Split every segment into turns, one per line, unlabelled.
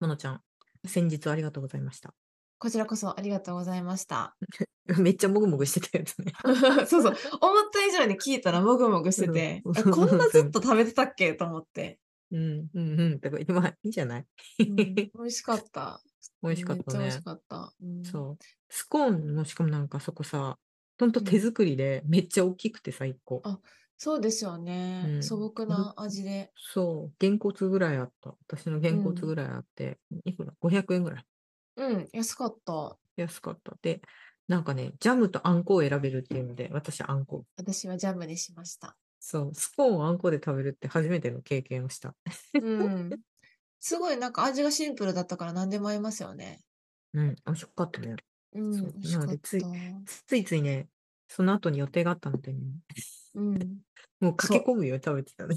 まのちゃん、先日はありがとうございました。
こちらこそありがとうございました。
めっちゃもぐもぐしてたやつね。
そうそう。思った以上に聞いたらもぐもぐしてて、
うん
えこんなずっと食べてたっけと思って。
うん、うん、うん。だから今、いいじゃない
うん美味しかった。
美味しかった
めっちゃ美味
ね
し。かった。うん
そう。スコーンの、しかもなんかそこさ、ほんと手作りで、めっちゃ大きくて最高。
あそうですよね、
うん
素朴な味で。
そう。げんこつぐらいあった。私のげんこつ
うん
ぐらいあって、いくら ?500 円ぐらい。
うん、安かった。
安かった。で、なんかね、ジャムとあんこを選べるっていうので、私あんこ。
私はジャムにしました。
そう。スコーンをあんこで食べるって初めての経験をした。
うん。すごいなんか味がシンプルだったから何でも合いますよね。
うん。美味しかったね。
うん、
そう
美味しか
なの
っ
でつい
た。
ついついね、その後に予定があったのでね、
うん。
もう駆け込むよ、食べてたね。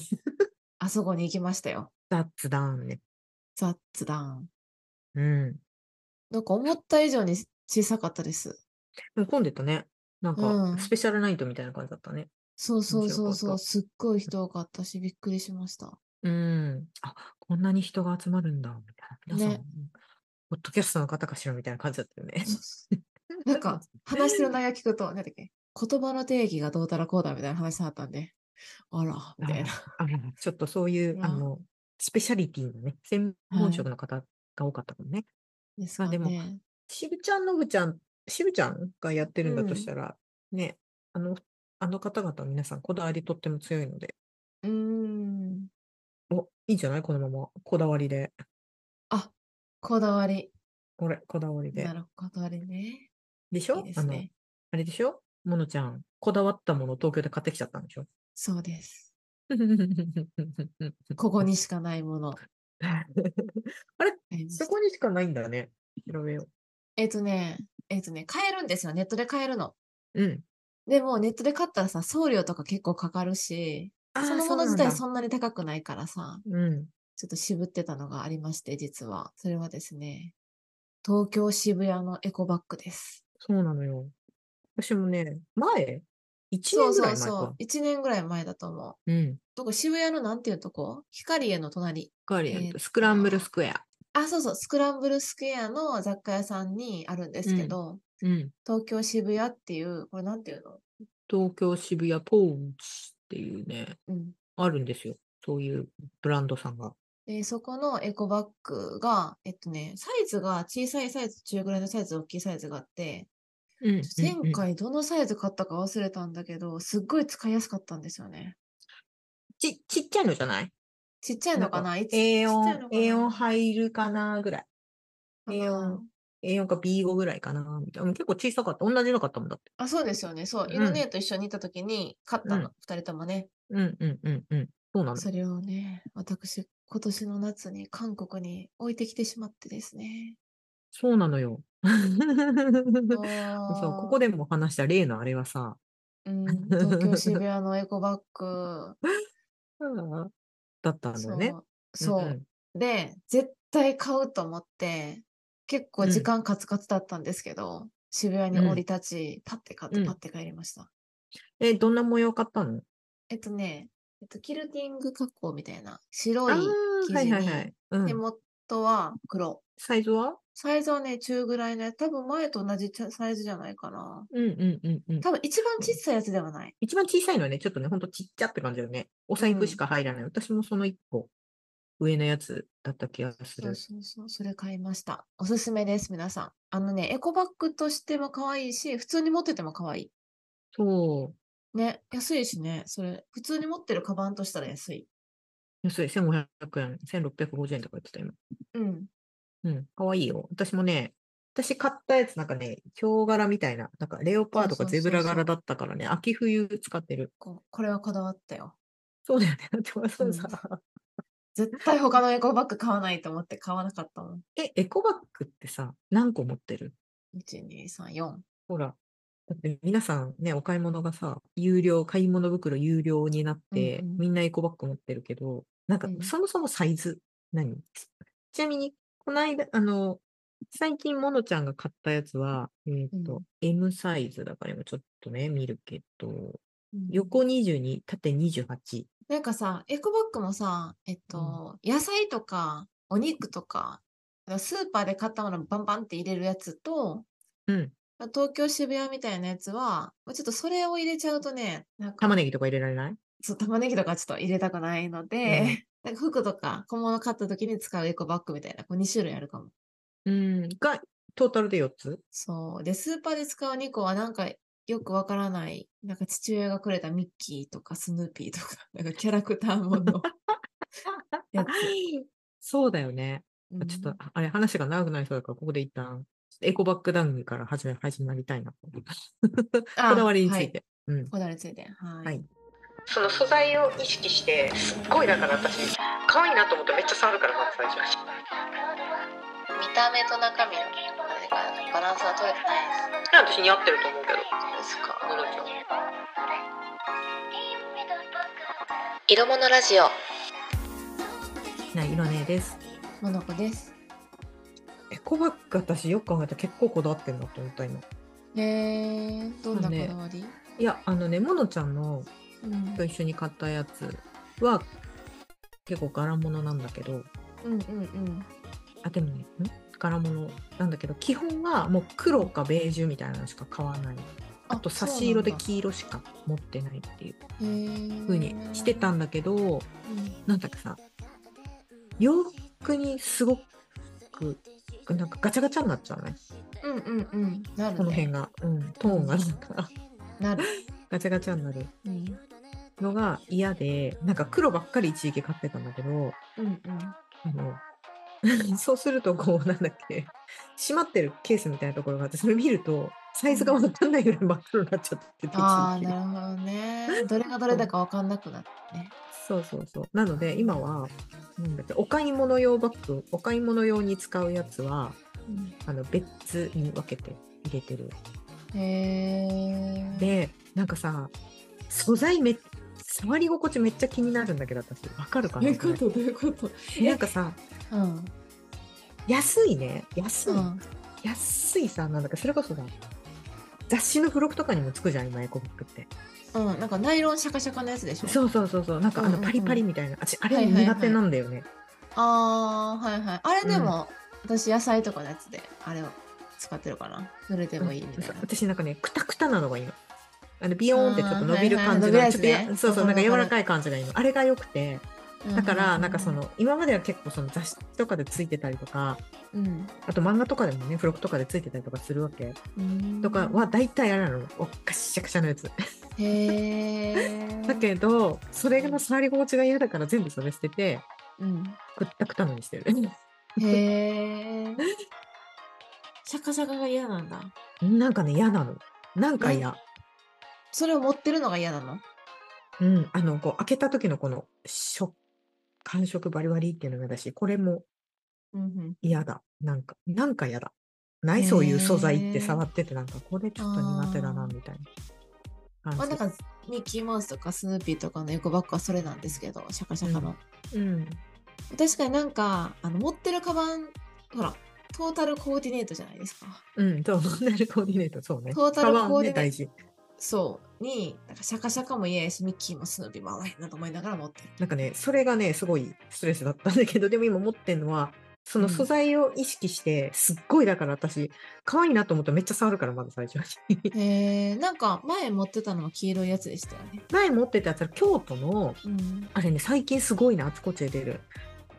あそこに行きましたよ。
雑談ね。
雑談。
うん。
なんか思った以上に小さかったです。
でも混んでたね。なん
う
か、
ん
スペシャルナイトみたいな感じだったね。
そうそうそうそ
面白かっ
う。
た
すっごい人多かったし、びっくりしました。
うん。あ、こんなに人が集まるんだ、みたいな。皆さん、
ね
ポッドキャストの方かしら、みたいな感じだったよね。
そうそうなんか、話してる内容聞くと、なんだっけ、言葉の定義がどうたらこうだみたいな話があったんで、あら、みたいな。
あのちょっとそういう、
うん
あの、スペシャリティのね、専門職の方が多かったかもね。
です
ま
か
あでも
ね。
しぶちゃん、のぶちゃん、しぶちゃんがやってるんだと
うん
したら、ね、あの、あの方々、皆さん、こだわりとっても強いので、
うーん。
お、いいんじゃないこのまま。こだわりで。
あ、こだわり。
これ、こだわりで
な。るほど、こだわりね。
でしょ
いいで
あ
す
の、
ね。
あれでしょものちゃん、こだわったものを東京で買ってきちゃったんでしょ
そうです。ここにしかないもの。ありました
そこにしかないんだね。調べよ
えっとね、えっとね、買えるんですよ。ネットで買えるの。
う。うん。
でも、ネットで買ったらさ、送料とか結構かかるし、
あ
そ
ー
のもの自体
そ
そんなに高くないからさ、
うなんだ。うん。
ちょっと渋ってたのがありまして、実は。それはですね、東京渋谷のエコバッグです。
そうなのよ。私もね、前 ?1
そ
年
う
ぐらい前
そう
か。
そう。1年ぐらい前だと思う。
うん。
どこ渋谷のなんていうとこ光栄の隣。
ガーデン
えーっと
スクランブルスクエア。
あ、そうそう、スクランブルスクエアの雑貨屋さんにあるんですけど、
うん。
東京渋谷っていう、これなんていうの
東京渋谷ポーチっていうね、
うん。
あるんですよ。そういうブランドさんが。
で、そこのエコバッグが、えっとね、サイズが小さいサイズ、中ぐらいのサイズ、大きいサイズがあって、
うん
ちょ前回どのサイズ買ったか忘れたんだけど、すっごい使いやすかったんですよね。
ちちっちゃいのじゃない
ちっちゃいのかな一ちっちゃい
?A4、
のかな
A4 入るかなぐらい。
かな
A4 か B5 ぐらいかなみたいな。うん結構小さかった。同じのかったもんだって。
あ、そうですよね。そうう。
ん
イノネーと一緒にいたときに買った
う
の。二、人ともね。
うんうんうんうん。そうなの。
それをね、私、今年の夏に韓国に置いてきてしまってですね。
そうなのよ。 そう、ここ
で、
でも話した例のあれはさ、
うん、東京渋谷のエコバッグ。
だったんだ
そ
よ
う。
ね。
そう、
んん
で、絶対買うと思って、結構時間カツカツだったんですけど、渋谷に降り立ち、パッて買っ
う
て、
ん
パッて帰りました。
え、どんな模様買ったの
えっとね、えっと、キルティング加工みたいな、白
あ
い
ー
生
はい
地
はいはい
に、。
うん
手元は黒。
サイズは
サイズはね、中ぐらいのやつ、多分前と同じちゃサイズじゃないかな。
うんうんうんうん。
多分一番小さいやつではない。
一番小さいのはね、ちょっとね、ほんとちっちゃって感じだよね。お財
う
布
ん
しか入らない。私もその一個上のやつだった気がす
そ
る
う。そうそう、それ買いました。おすすめです、皆さん。あのね、エコバッグとしても可愛いし、普通に持ってても可愛
そう。
い。ね、安いしね、それ、普通に持ってるカバンとしたら安い。
安い。1500円、1650円とか言ってた今。
うん。
うん。かわいいよ。私もね、私買ったやつなんかね、ヒョウ柄みたいな、なんかレオパード
そ
か
うそうそうそう
ゼブラ柄だったからね、秋冬使ってる。
ここれはこだわったよ。
そうだよね。だ ってわざわざ、
絶対他のエコバッグ買わないと思って買わなかったもん。
え、エコバッグってさ、何個持ってる
1、2、3、4。
ほら。だって皆さんね、お買い物がさ、有料、買い物袋有料になって、
うんうん
みんなエコバッグ持ってるけど、なんか
うん
そもそもサイズ、何ちなみに、この間、あの、最近、ものちゃんが買ったやつは、えっ、と、
う
M サイズだから今ちょっとね、見るけど、
うん
横22、縦28。
なんかさ、エコバッグもさ、えっと、野菜とかお肉とかだからスーパーで買ったものバンバンって入れるやつと、
うん。
東京渋谷みたいなやつは、まあちょっとそれを入れちゃうとね、なんか
玉ねぎとか入れられない
そう玉ねぎとかちょっと入れたくないので、
う
なんか服とか小物買った時に使うエコバッグみたいな、こう2種類あるかも。
うん。が、トータルで4つ
そう。で、スーパーで使う2個はなんかよくわからない、なんか父親がくれたミッキーとかスヌーピーとか、なんかキャラクターも のやつ。
そうだよね。あ ちょっ
う
と
ん、
あれ、話が長くなりそうだから、ここで一旦、ちょっとエコバッグ談義から始め、始まりたいな。
あ
こだわりにつ
はい
て。うん。
こだわりについて。はい。
はいその素材を意識して、すっごいだから私、可愛いなと思ってめっちゃ触るから、まず最初。
見た目と中身のバランスが取れてない
私似合ってると思うけど。
ですか
モノちゃん
色物ラジオ
な、色ねです。
モノコです
エコバッグ、私よく考えたら結構こだわってんなと思った、今。
へえどんな
そうね
こだわり、
いや、あのね、モノちゃんの
うん
と一緒に買ったやつは、結構柄物なんだけど、
うんうん
あ、でもね、ん柄物なんだけど、基本はもう黒かベージュみたいなのしか買わない。あと差し色で
き
黄色しか持ってないっていう
ふう
風にしてたんだけど、なんだっけさ、洋服にすごく、なんかガチャガチャになっちゃうね。
うんうんうんなるね
この辺が、うん、トーンがなんか
なる、
ガチャガチャになる
うん、
のが嫌で、なんか黒ばっかり一時期買ってたんだけど、
うん
あの、 そうするとこう、なんだっけ、閉まってるケースみたいなところがあって、それ見ると、サイズがわかんないぐらい真っ黒になっちゃってて、
ああ
一時期
なるほどねどれがどれだかわかんなくなってね
そうそうそう。なので、今は、なんだっけ、お買い物用バッグ、お買い物用に使うやつは、あの、別に分けて入れてる。
へえ
で、なんかさ、素材めっ触り心地めっちゃ気になるんだけど、私。わかるか
ど
な
ういうことどういうこと
なんかさ、
うん
安いね。安い。
うん
安いさ、なんだか、それこそさ、雑誌の付録とかにもつくじゃん、今、エコバッグって。
うんなんかナイロンシャカシャカのやつでしょ
そうそうそうそう。なんか、あ
うんう
の、
んうん
パリパリみたいな。私、あ
はい
れ
はいはい
苦手なんだよね。
ああはいはいあれで
うん
も、私野菜とかのやつであれを使ってるかなどれでもいいみたいな、
私なんかね、くたくたなのがいいの。あのビヨーンってちょっと伸びる
あーはいは
感じ
い伸びる
が、
や
ち
つ
ょっと
ね
やそうそう、
わ
な
か
んか
る
柔
わかる
らかい感じがいいの。あれが良くて、 だから、なんかその、今までは結構その雑誌とかでついてたりとか、
うん、
あと漫画とかでもね、付録とかでついてたりとかするわけ。
うん
とかは、大体あれなの。おっかしゃくしゃのやつ。
へえ
だけど、それの触り心地が嫌だから全部それ捨てて、
うん
くったくたのにしてる。
へえシャカシャカが嫌なんだ
なんかね、嫌なの。なんか嫌。
それを持ってるのが嫌なの
うん。あの、こう、開けた時のこの、食、感触バリバリっていうのがだし、これも
うん
嫌だ。なんか、なんか嫌だ。ないそういう素材って触ってて、なんか、これちょっと苦手だ
あ
な、
ー
みたい
うん、
な
まあ、
感
なん
じ。
かミッキーマウスとかスヌーピーとかのエコバッグはそれなんですけどシャカシャカの、
うん。
確かになんかあの持ってるカバンほらトータルコーディネートじゃないですか
うん、そう、トータルコーディネート、そうね。
トータ
カ
ル
バン
コーディネート
ね大事。
そうになんかシャカシャカも嫌やしミッキーもスヌーピーも合わへんなと思いながら持ってる
なんかね、それがね、すごいストレスだったんだけど、でも今持ってるのは、その素材を意識して、すっごいだから私、可愛いなと思ってめっちゃ触るから、まず最初に。
えー、なんか前持ってたのは黄色いやつでしたよね。
前持ってたやつは京都の、
うん。
あれね、最近すごいな、あちこちで出る。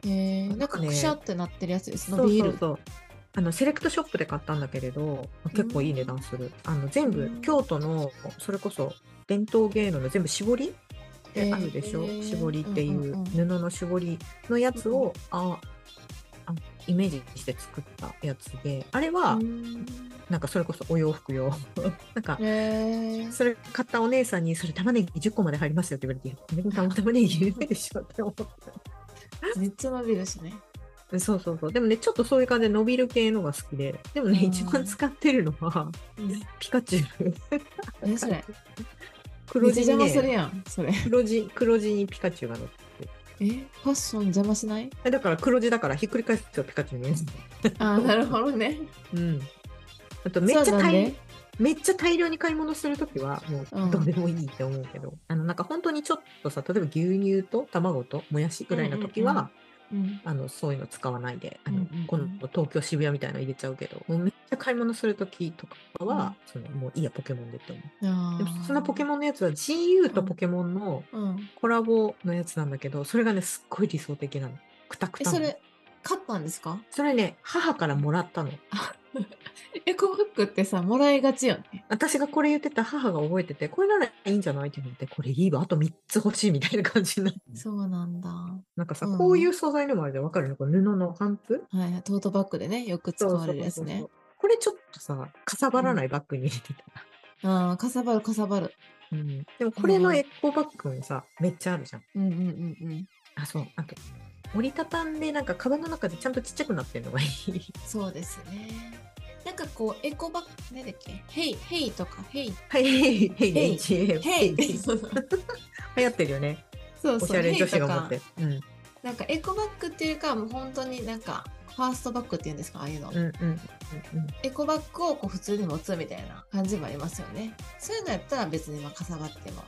え
な
ー、なん
ん
か
かね
くしゃってなってるやつです。
そ
伸
う
び
そう
る。
そう。あのセレクトショップで買ったんだけれど結構いい値段する、あの全
う
部
ん
京都のそれこそ伝統芸能の全部絞りってあるでしょ、
えー
絞りってい
うん
う
うん
布の絞りのやつを、ああイメージして作ったやつであれは
うん
なんかそれこそお洋服用 なんか
えー、
それ買ったお姉さんに「それ玉ねぎ10個まで入りますよ」って言われて「玉玉ねぎ入れないでしょ」って思って
めっちゃ伸びるしね。
そうそうそう。でもね、ちょっとそういう感じで伸びる系のが好きで。でもね、
うん
一番使ってるのは、
うん、
ピカチュウ。
何それ。め
黒
っちゃ
地
邪
に、
魔する
ね、
やん、それ。
黒地、黒地にピカチュウが乗ってて
えファッション邪魔しない
えだから黒地だからひっくり返すとピカチュウに見えるんですよ
あーなるほどね。
うん。あとめっち
そ
ゃ
うなんで
大、めっちゃ大量に買い物するときは、も
うん
うどうでもいいって思うけど、あの、なんか本当にちょっとさ、例えば牛乳と卵ともやしぐらいのときは、
うん
あのそういうの使わないで、あの
うんうんうん
今度東京渋谷みたいなの入れちゃうけど、もうめっちゃ買い物するときとかは、そのもういいや、ポケモンでって思う。
あ
でもそんなポケ
モ
モンのやつは GU とポケモンの
ン、うん、
コラボのやつなんだけど、それがね、すっごい理想的なの。くたく
え
たな
そ
の。
れ買ったんですか
それね、母からもらったの。
エコバッグってさもらいがちよね
私がこれ言ってた母が覚えてて、これならいいんじゃないって言って、これいいわ、あと3つ欲しいみたいな感じになって。
そうなんだは
なんかさ、
うん
こういう素材のもあるじゃん、わかるのこれ布の帆布
いトートバッグでねよく使われるやつ
そうそうそう
ね
そうこれちょっとさ、かさばらないバッグに入れてた。
ああかさばるかさばる
うんでもこれのエコバッグもさ、めっちゃあるじゃん。
うんうんうんうん
あ、そう。あと、折りたたんで、なんかカバンの中でちゃんとちっちゃくなってるのがいい。
そうですねなんかこうエコバッグなんだっけヘイヘイとかヘイ
はい、へい、へい
へい
ね、HA
ヘイ
流
そうそう
行ってるよね。
そう
おしゃれ女子が持っ
ヘイ
て
と。
うん。
かなんかエコバッグっていうかもう本当になんかファーストバッグっていうんですかああいうの、
うんうんうんうん。
エコバッグをこう普通に持つみたいな感じもありますよねそういうのやったら別にまあかさばっても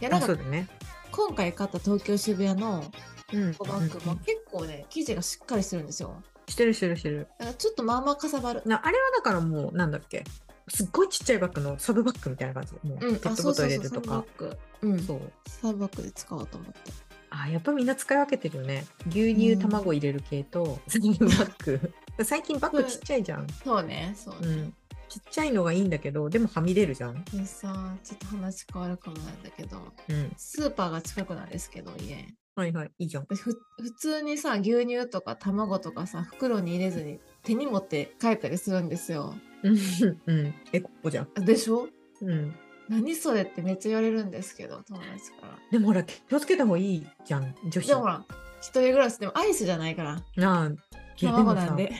いやな
あ、
ん
そう
か
だね。
今回買った東京渋谷の
うんうんうん
エ。コバッグも結構ね生地がしっかりしてるんですよ
してるしてるしてる。
だからちょっとまあまあかさばる
なあれはだからもう、なんだっけ。すっごいちっちゃいバッグのサブバッグみたいな感じ。もう、
うん
ペ
あ
ット
そ
ボト
うそ
ル入れ
うそう
て
サ
と
ブ
か
バッ。グうん
そう。
サブバッグで使おうと思って
あやっぱみんな使い分けてるよね牛乳
うん
卵入れる系と、 サニーバッグ最近バッグちっちゃいじゃん、
そうねそう
う
ね、
ん、ちっちゃいのがいいんだけどでもはみ出るじゃん、
でさちょっと話変わるかもなんだけど
うん、
スーパーが近くなんですけど家
はいはいいいじゃん
私ふ普通にさ牛乳とか卵とかさ袋に入れずに手に持って帰ったりするんですよ
うんうんえここじゃん、
でしょ
うん、
何それってめっちゃ言われるんですけど友達から
でもほら気をつけた方がいいじゃん女子
でもほら一人暮らしでもアイスじゃないから
なあいや
卵なん
も
で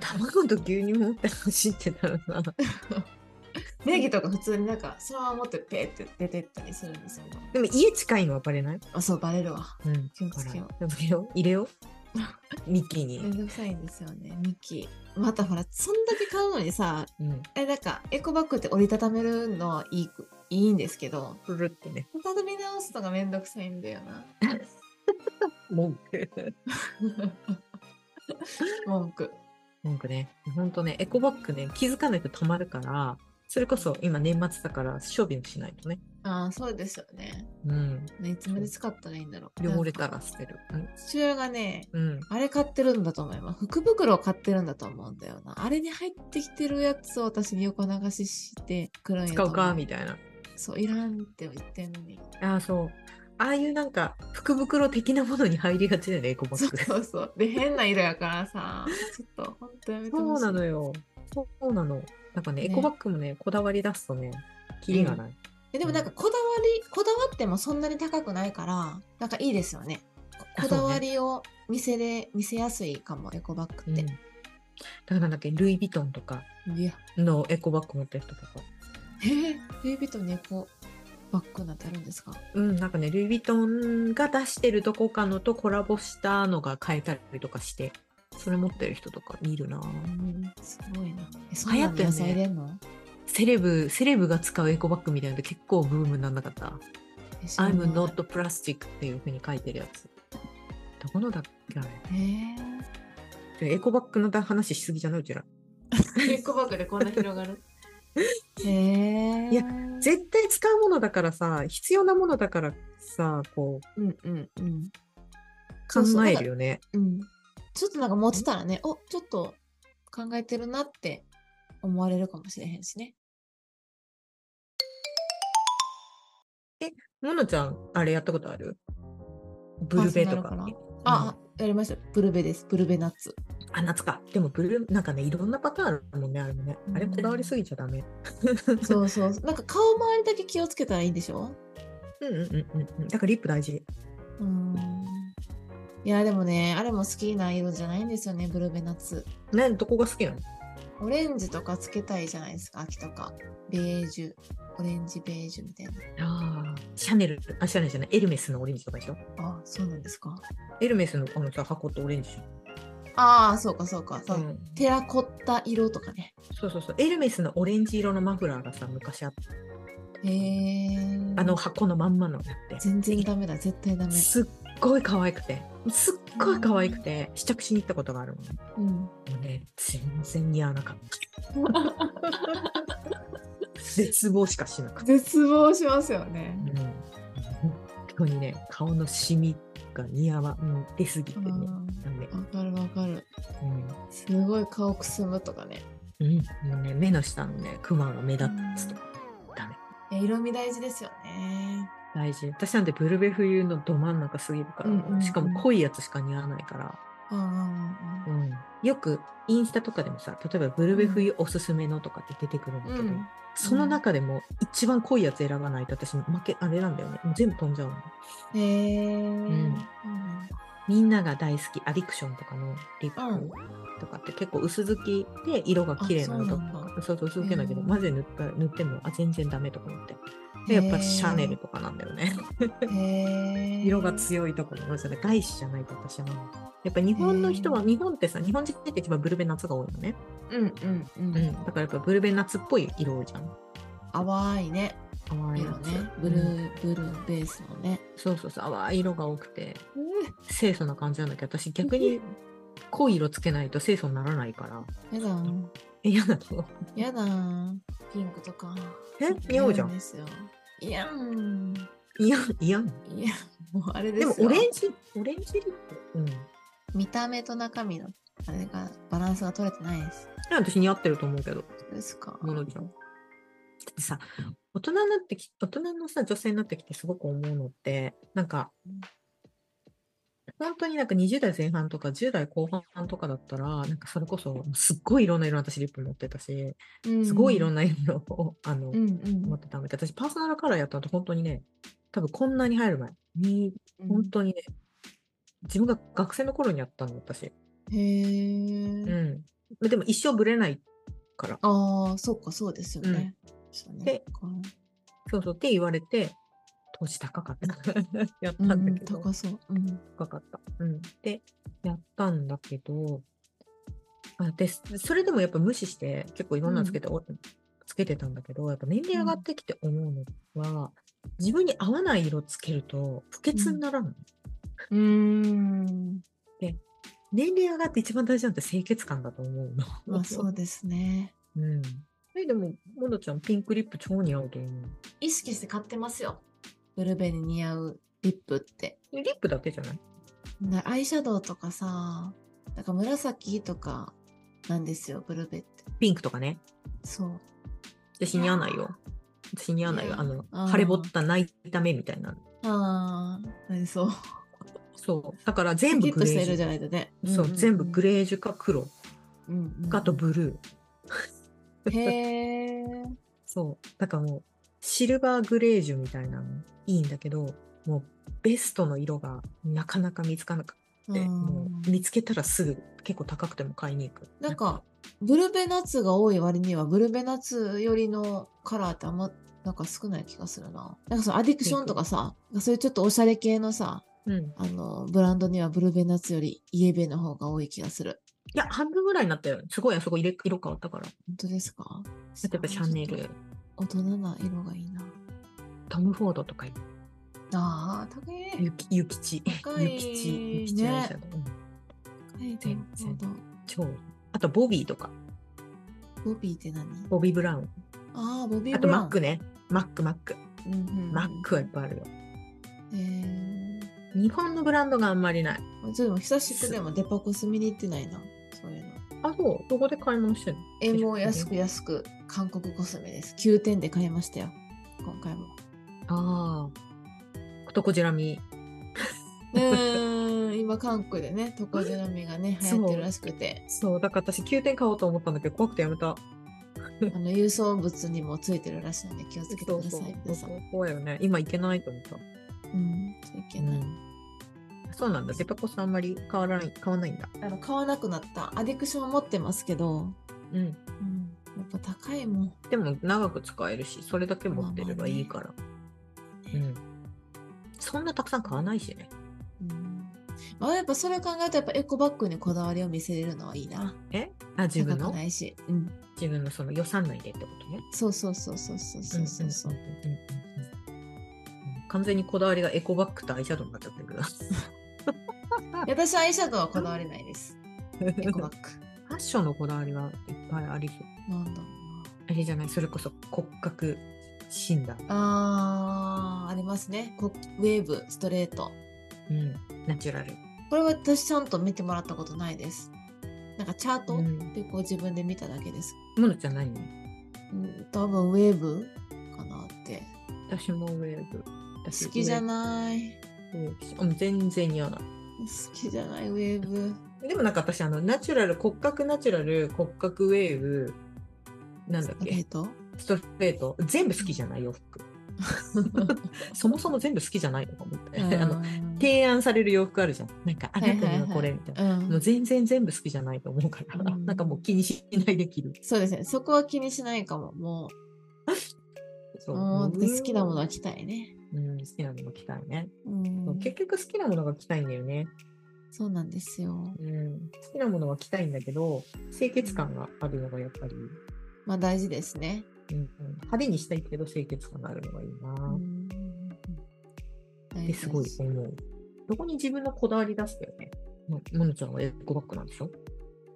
さ卵と牛乳持って走ってたら さ
ネギとか普通になんかそのまま持ってペーって出てったりするんですよ
でも家近いのはバレない、
あそうバレるわ
うん、
気をつけよう
ほら気をつけよう入れ ようミッキー
めん
に、
どくさいんですよねミッキーまたほらそんだけ買うのにさ
うん、
えなんかエコバッグって折りたためるのいいいいんですけど
プルルってね
畳み直すのがめんどくさいんだよ な
文句
文句。
なんかね、ほんとね、エコバッグね、気づかないと止まるから、それこそ今年末だから、処分しないとね。
ああ、そうですよね。
うん。
ねいつまで使ったらいいんだろう。
汚れ
な
た
んから
捨てる。
父親がね、
うん。うん
あれ買ってるんだと思います。福袋を買ってるんだと思うんだよな。あれに入ってきてるやつを私に横流ししてくるんや
使
と
う
思
かみたいな。
そう、いらんって言ってんのに。
ああ、そう。ああいうなんか、福袋的なものに入りがちだよね、エコバ
そう
ッグ。
そうそう。で、変な色やからさ、ちょっと本当やめてほしい。
そうなのよ。そうなの。なんかね、
ね
エコバッグもね、こだわり出すとね、キリがない。
えでもなんかこだわり、こだわってもそんなに高くないから、なんかいいですよね。こ
あ
こだわ
そうね
りを見せで、見せやすいかも、エコバッグ
う
っ
ん
て
だ。からなんだっけ、ルイ・ヴィトンとか
いや、
のエコバッグ持ってる人とか。
えー、ルイ・ヴィトンにエコバッグなんてあるんですか
うん、なんかね、ルイ・ヴィトンが出してるどこかのとコラボしたのが買えたりとかして、それ持ってる人とかいるなぁ
うん、すごいな。え、そ
流
ん
行っ
なの
てる
野
ね
菜入れんの
セレブ、セレブが使うエコバッグみたいなので結構ブームになんなかった。
え知らない
I'm not plastic っていう風に書いてるやつ。どこのだっけあれ
え
ちょエコバッグの話しすぎじゃないうちら。
ー、エコバッグでこんな広がる えー、
いや、絶対使うものだからさ、必要なものだからさ、こう、
うんうんうん。そうそう
考えるよね。
うん。ちょっとなんか持ってたらね、おちょっと考えてるなって思われるかもしれへんしね。
ものちゃん、あれやったことあるブルベと
パーソナ
か
ル。あ、あやりました。ブルベです。ブルベナッツ。
あ、夏か。でもブルー、なんかね、いろんなパターンあるもんね、あれもね。あれ
うん
こだわりすぎちゃダメ。
そうそう。なんか顔周りだけ気をつけたらいいんでしょ
うんうんうんうんうん。だからリップ大事。
うーんいやでもねあれも好きな色じゃないんですよねブルベナッツ
ね、どこが好きなの
オレンジとかつけたいじゃないですか秋とかベージュオレンジベージュみたいな
ああ。シャネル、あ、シャネルじゃない、エルメスのオレンジとかでしょ
あそうなんですか
エルメスのあのさ、箱とオレンジじ
ああそうかそうか
ゃ
そ
ん。
う、
うん
テラコッタ色とかね
そうそうそう。エルメスのオレンジ色のマフラーがさ、昔あった。
へえ
あの箱のまんまのやって。
全然ダメだ絶対ダメ
すっごい可愛くて、すっごい可愛くて、試着しに行ったことがあるもん。
うん。
もうね、全然似合わなかった。絶望しかしなかった。
絶望しますよね
う。ん、本当にね、顔のシミが似合わ、うん、出すぎて
う
ね。
ん
なんで、
わかるわかる。
う
すごい顔くすむとかね。
ん、うん、もうね、目の下のね、クマが目立つとダメ。
いや色味大事ですよね。
大事。私なんてブルベ冬のど真ん中すぎるから、
うんうんうん
しかも濃いやつしか似合わないから、
うんうん
うん、よくインスタとかでもさ、例えばブルベ冬おすすめのとかって出てくるんだ
う
け
ん
ど、
うん。
その中でも一番濃いやつ選ばないと私負けあれなんだよねもう全部飛んじゃうの
へえ。うん
んみんなが大好きアディクションとかのリップとかって結構薄付きで色が綺麗なのと
あそうなん
かそうそう薄付きなんだけど、
へー
混ぜ塗った塗ってもあ全然ダメとか思ってでやっぱシャネルとかなんだよね
へえ。
色が強いところそれ外資じゃないと私は思うやっぱ日本の人は日本ってさ日本人って一番ブルベ夏が多いのね、
うんうんう。
うんん、だからやっぱブルベ夏っぽい色多いじゃん
淡いね。
淡い
色
やつ
ね。ブルー、ブルーベースのね。
そうそうそう淡い色が多くて清楚な感じなんだけど私逆に濃い色つけないと清楚にならないから
やだん。
え嫌なの
やだん。ピンクとか。
え似合うじゃ
嫌
ん
ですよ。いやん。
嫌嫌
いや、もうあれで
ですも
よ。
オレンジオレンジリップうんい
見た目と中身のあれがバランスが取れてないです。
や私似合ってると思うけど
そうですか。
モノちゃんだってさ大人になってき大人のさ女性になってきてすごく思うのってなんか本当になんか20代前半とか10代後半とかだったらなんかそれこそすっごいいろんな色の私リップ持ってたし
うん
すごいいろんな色をあの、
うんうん
思ってたんだけど、私パーソナルカラーやった後本当にね、多分こんなに入る前に、本当にね、自分が学生の頃にやったの、私。
へえ、
うん。でも一生ブレないから、
ああ、そっか、そうですよね。そうね
で
こう
そうそうって言われて、当時高かった。 やっ
うん
たんだ
うん
けど、
高そう。うん。
高かった。うん。で、やったんだけど、あでそれでもやっぱ無視して、結構いろんなのつけて、おつけてたんだけど、やっぱ年齢上がってきて思うのは、自分に合わない色つけると不潔にならない。
うーん。
年齢上がって一番大事なんて清潔感だと思うの。
まあ、そうですね。
うん。え、でも、モノちゃん、ピンクリップ超似合うと思う。
意識して買ってますよ。ブルベに似合うリップって。
リップだけじゃない
なアイシャドウとかさ、なんか紫とかなんですよ、ブルベって。
ピンクとかね。
そう。
私似合わないよ。私似合わないよ。あの、
あー
腫れぼった泣いた目みたいな。
ああ、なりそう。
そう。だから全部
シャキッ
グ
と
レ
した
ージ
色じ
ュ。
ゃないとね。
そう、全部グ
レ
レージュか黒
ー
かとブルー。
へえ。
そう。だからもう、シルバーグレージュみたいなのいいんだけど、もう、ベストの色がなかなか見つかなく て、
うん
もう見つけたらすぐ結構高くても買いに行く。
なんか、ブルベナッツが多い割には、ブルベナッツ寄りのカラーってあんま、なんか少ない気がするな。なんかそのアディクションとかさ、そういうちょっとおしゃれ系のさ、
うん。
あの、ブランドにはブルベナッツよりイエベの方が多い気がする。
いや、半分ぐらいになったよ。すごい、あそこ入れ色変わったから。例
本当ですか
えばシャネ。ル、
大人な色がいいな。
トム・フォードとか、
ああ、高い。
ゆきゆきち、
高い
ゆきち、ゆきち
ね
アイシャドウうん
高
全
い
然
なるほ
超。あと、ボビーとか、
どボビーって何
ボビー・ブラウン。
ああ、ボビー
あと、マックね。マック、マック。
うんうんうん
マックはいっぱいあるよ。
へえ。
日本のブランドがあんまりない。
まあちょっとでも久しくでもデパコス見に行ってないな。そういうの。
あ、そう。どこで買い物してんの
え、もう安く安く韓国コスメです。9点で買いましたよ。今回も。
ああ。トコジラミ。
うーん、 今韓国でね、トコジラミがね、流行ってるらしくて、
そう、だから私9点買おうと思ったんだけど、怖くてやめた。
あの、郵送物にもついてるらしいので気をつけて
そ
く
う
だ
そ
さ
う
い、皆さん。う。
怖いよね。今行けないと思った。
ん、そういけない。
うんそうなんだ。デパコスあんまり変わらない、変わんないんだ。
あの、買わなくなった。アディクション持ってますけど、
うん。
うん、やっぱ高いもん。
でも長く使えるし、それだけ持ってればいいから。うん。そんなたくさん買わないしね。
うんまあやっぱそれ考えるとやっぱエコバッグにこだわりを見せれるのはいいな。
えあ自分
高
の
くないし。うん。
自分のその予算内でってことね。
そうそうそうそうそうそうそう。
んんんんん完全にこだわりがエコバッグとアイシャドウになっちゃってるけど。
いや私はアイシャドウはこだわれないです。エコバッ
ファッションのこだわりはいっぱいありそう。
グ。なんだろ
あれじゃない、それこそ骨格診断。
うな。あー、ありますね。こウェーブ、ストレート。
うん、ナチュラル。
これは私ちゃんと見てもらったことないです。なんかチャート
うん
でこう自分で見ただけです。
ものじゃないね。
うん、多分ウェーブかなって。
私もウェーブ。私
好きじゃない。
ウェーブうん全然似合わない。
好きじゃない、ウェーブ。
でもなんか私あのナチュラル骨格ナチュラル骨格ウェーブなんだっ
え
け
っと。
ストレート全部好きじゃない洋服そもそも全部好きじゃないのか思って、 あの提案される洋服あるじゃんなんかあなたにはこれみたいな、
うん
もう全然全部好きじゃないと思うから、
うん
なんかもう気にしないで着る
そうですね。そこは気にしないかも。も、
そうう
もうで好きなものは
は、
着たいね。
うん、好きなもの着たいね、
うん、
結局好きなものが着たいんだよね、
そうなんですよ。
うん、好きなものは着たいんだけど清潔感があるのがやっぱり
まあ大事ですね。
うんうん派手にしたいけど清潔感があるのがいいなっ
大
て
事
すごい
大事
思う。どこに自分のこだわり出すかよね。もものちゃんはエコバッグなんでしょ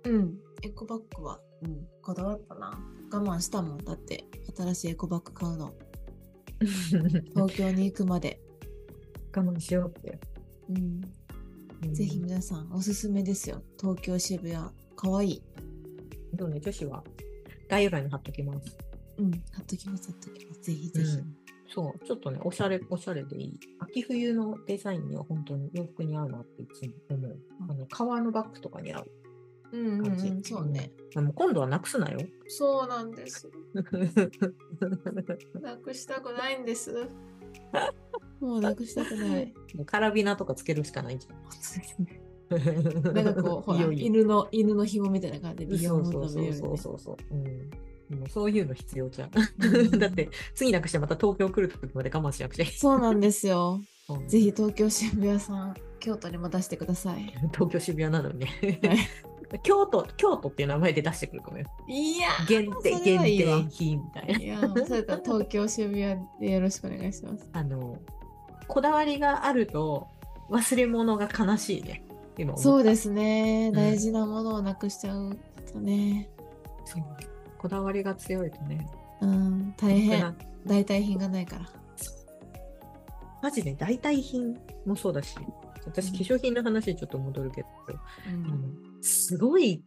うん。エコバッグは、うん、こだわったな。我慢したもん。だって、新しいエコバッグ買うの。東京に行くまで。
我慢しようって。
うん。
うん
ぜひ皆さん、おすすめですよ。東京渋谷。かわいい。
どうね、女子は概要欄に貼っときます。
うん。貼っときます、貼っときます。ぜひぜひ。
うんそう、ちょっとね、おしゃれ、おしゃれでいい。秋冬のデザインには本当に洋服に合うなっていつも思う。あの革のバッグとかに合う
うん、うん、
感じ。
うん。そうね。
でも今度はなくす なよ。
そうなん です。なくしたくないんです。 もうなくしたくない。
もうカラビナとかつけるしかないじゃん。
なんかこう、ほ
い
ら、
よいよ
犬の、犬の紐みたいな感じで、ビヨーン
そう
伸
そ
び
う
る
そ
よ
う
ね
そうそう。うんでもそういうの必要じゃん。
うん
だって、次なくしてまた東京来る時まで我慢しなくちゃいけ
そうなんですよ。
ない。
ぜひ東京渋谷さん、京都にも出してください。
東京渋谷なのにね
はい。
京都、京都っていう名前で出してくるかもよ。
いや
限定、
それ
限
はいいわ
定品みたいな。
いやーそれと東京渋谷でよろしくお願いします。
あの、こだわりがあると忘れ物が悲しいね。今思った
そうですね。
ん
大事なものをなくしちゃうとね。
そうこだわりが強いとね。
うん、大変。代替品がないから。
マジで代替品もそうだし、私化粧品の話にちょっと戻るけど、
うん
あのすごい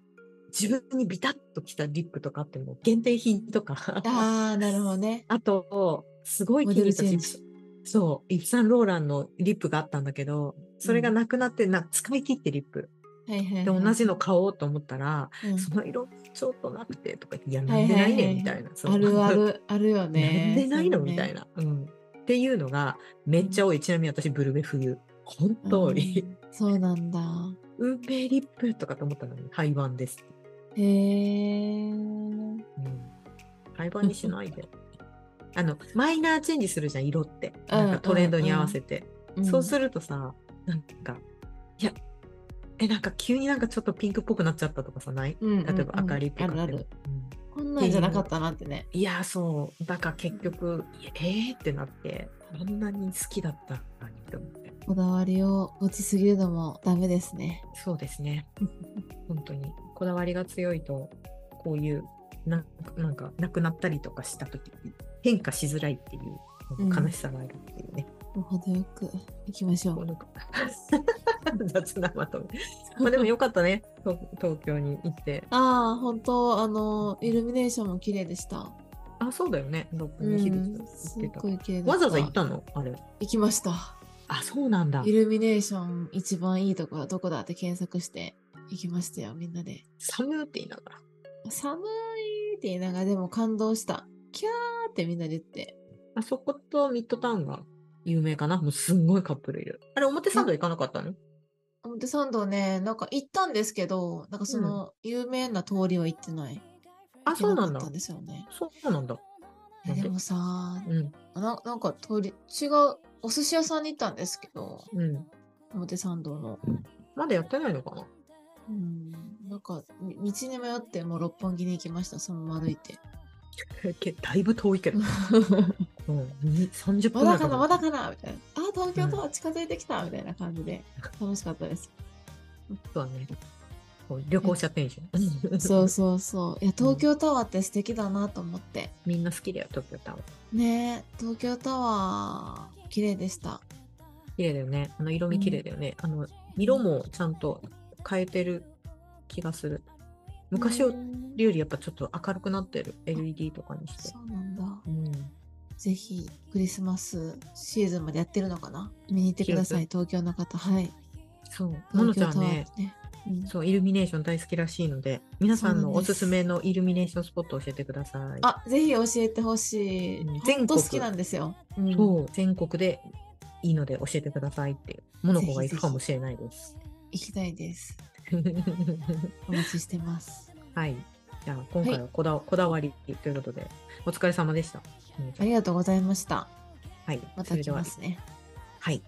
自分にビタッときたリップとかあっても限定品とか、あ
ああ、なるほどね。
と、すごい
モ
気に入
デル
った
チェンジ
しそう、イプサンローランのリップがあったんだけど、それがなくなって、な使い切ってリップ。
はいはいはい。
で、同じの買おうと思ったら、
うん
その色ちょっとなくてとか言って、いや、なんでないねんみたいな。そう
あるあ。る、あるよ
なんで
ね。
ないの
そうね
みたい。な、うん。っていうのがめっちゃ多い。ちなみに私、ブルベ冬。本当多い。
うんそうなんだ。
運命リップとかと思ったのに、廃盤です。
へ
う
ー
ん。廃盤にしない で。あの、マイナーチェンジするじゃん、色って。なんかトレンドに合わせて。
うん
そうするとさ、なんか、いや、え、なんか急になんかちょっとピンクっぽくなっちゃったとかさ、ない
うんうんう
例
ん
えば赤リップ買っても
あるある。
うん
こんなんじゃなかったなってね。
いや、そう。だから結局、えーってなって、あんなに好きだったのにって思って。
こだわりを持ちすぎるのもダメですね。
そうです ね。本当に。こだわりが強いと、こういう、なんか、なんか、なくなったりとかしたときに、変化しづらいっていう、
うん
悲しさがあるっていうね。
程よくいきましょ
こう
う。
なんか 雑なまとめ。まあでもよかったね。東東京に行って。
ああ、本当あの、イルミネーションも綺麗でした。
あ、そうだよね。どこ
う
に
ん
行、
す
っ
って
た。
ごい綺麗でした。
わざわざ行ったのあれ。
行きました。
あ、そうなんだ
イ。ルミネーション一番いいとこはどこだって検索して行きましたよ、みんなで。
寒って言いながら。
寒いって言いながらでも感動した。キャーってみんなで言って。
あそことミッドタウンが有名かなもうすんごいカップルいる。あれ、表参道行かなかったの
表参道ね、なんか行ったんですけど、なんかその有名な通りは行ってない。
あ、そうなん
行けか
だ
った。んですよね。
そうなんだ。
え
なんで
でもさ
うん、
な、なんか通り、違うお寿司屋さんに行ったんですけど、
うん。
表参道の。
まだやってないの かな
うん、なんか、み道に迷 ってもう六本木に行きました、そのまま歩いて。
だいぶ遠いけど。もうに30分
ま
ぐら
だ
いか
か
か
な、
る
まだかな、みたいな。あ、東京とは近づいてきた、みたいな感じで、楽しかった です。
そうだね。こう旅行者テンション。
そうそうそう。いや、東京タワーって素敵だなと思って。
みんな好きだよ、東京タワー。
ねえ東京タワー、綺麗でした。
綺麗だよね。あの色味綺麗だよね。あの色もちゃんと変えてる気がする。昔よ
うん
りよりやっぱちょっと明るくなってる。LED とかにして
そ。うなんだ。
うん、
ぜひ、クリスマスシーズンまでやってるのかな見に行ってください、東京の方。はい。
そう。もの
東
ち
京
ゃん
タワー
ね
で、すね。うん
そうイルミネーション大好きらしいので、皆さん
そう
の
なん
お
です
すすめのイルミネーションスポットを教えてください。
あ、ぜひ教えてほしい
うん。全国
全国好きなんですよ。うん
そう全国でいいので教えてくださいっていう。モノコが行くかもしれないです。
行きたいです。お待ちしてます。
はい。じゃあ今回はこだ,、こだわりということで、お疲れ様でした。
ありがとうございました。
はい。
ま
そ
た
れ
来
では
ますね。
はい。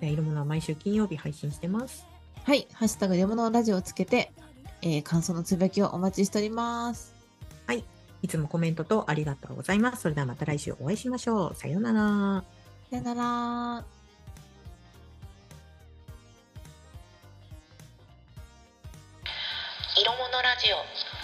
でいるものは毎週金曜日配信してます。
はい、ハッシュタグレモノラジオをつけて、えー感想のつぶやきをお待ちしております。
いつもコメントとありがとうございます。それではまた来週お会いしましょう。さようなら。
さよなら。
色物ラジオ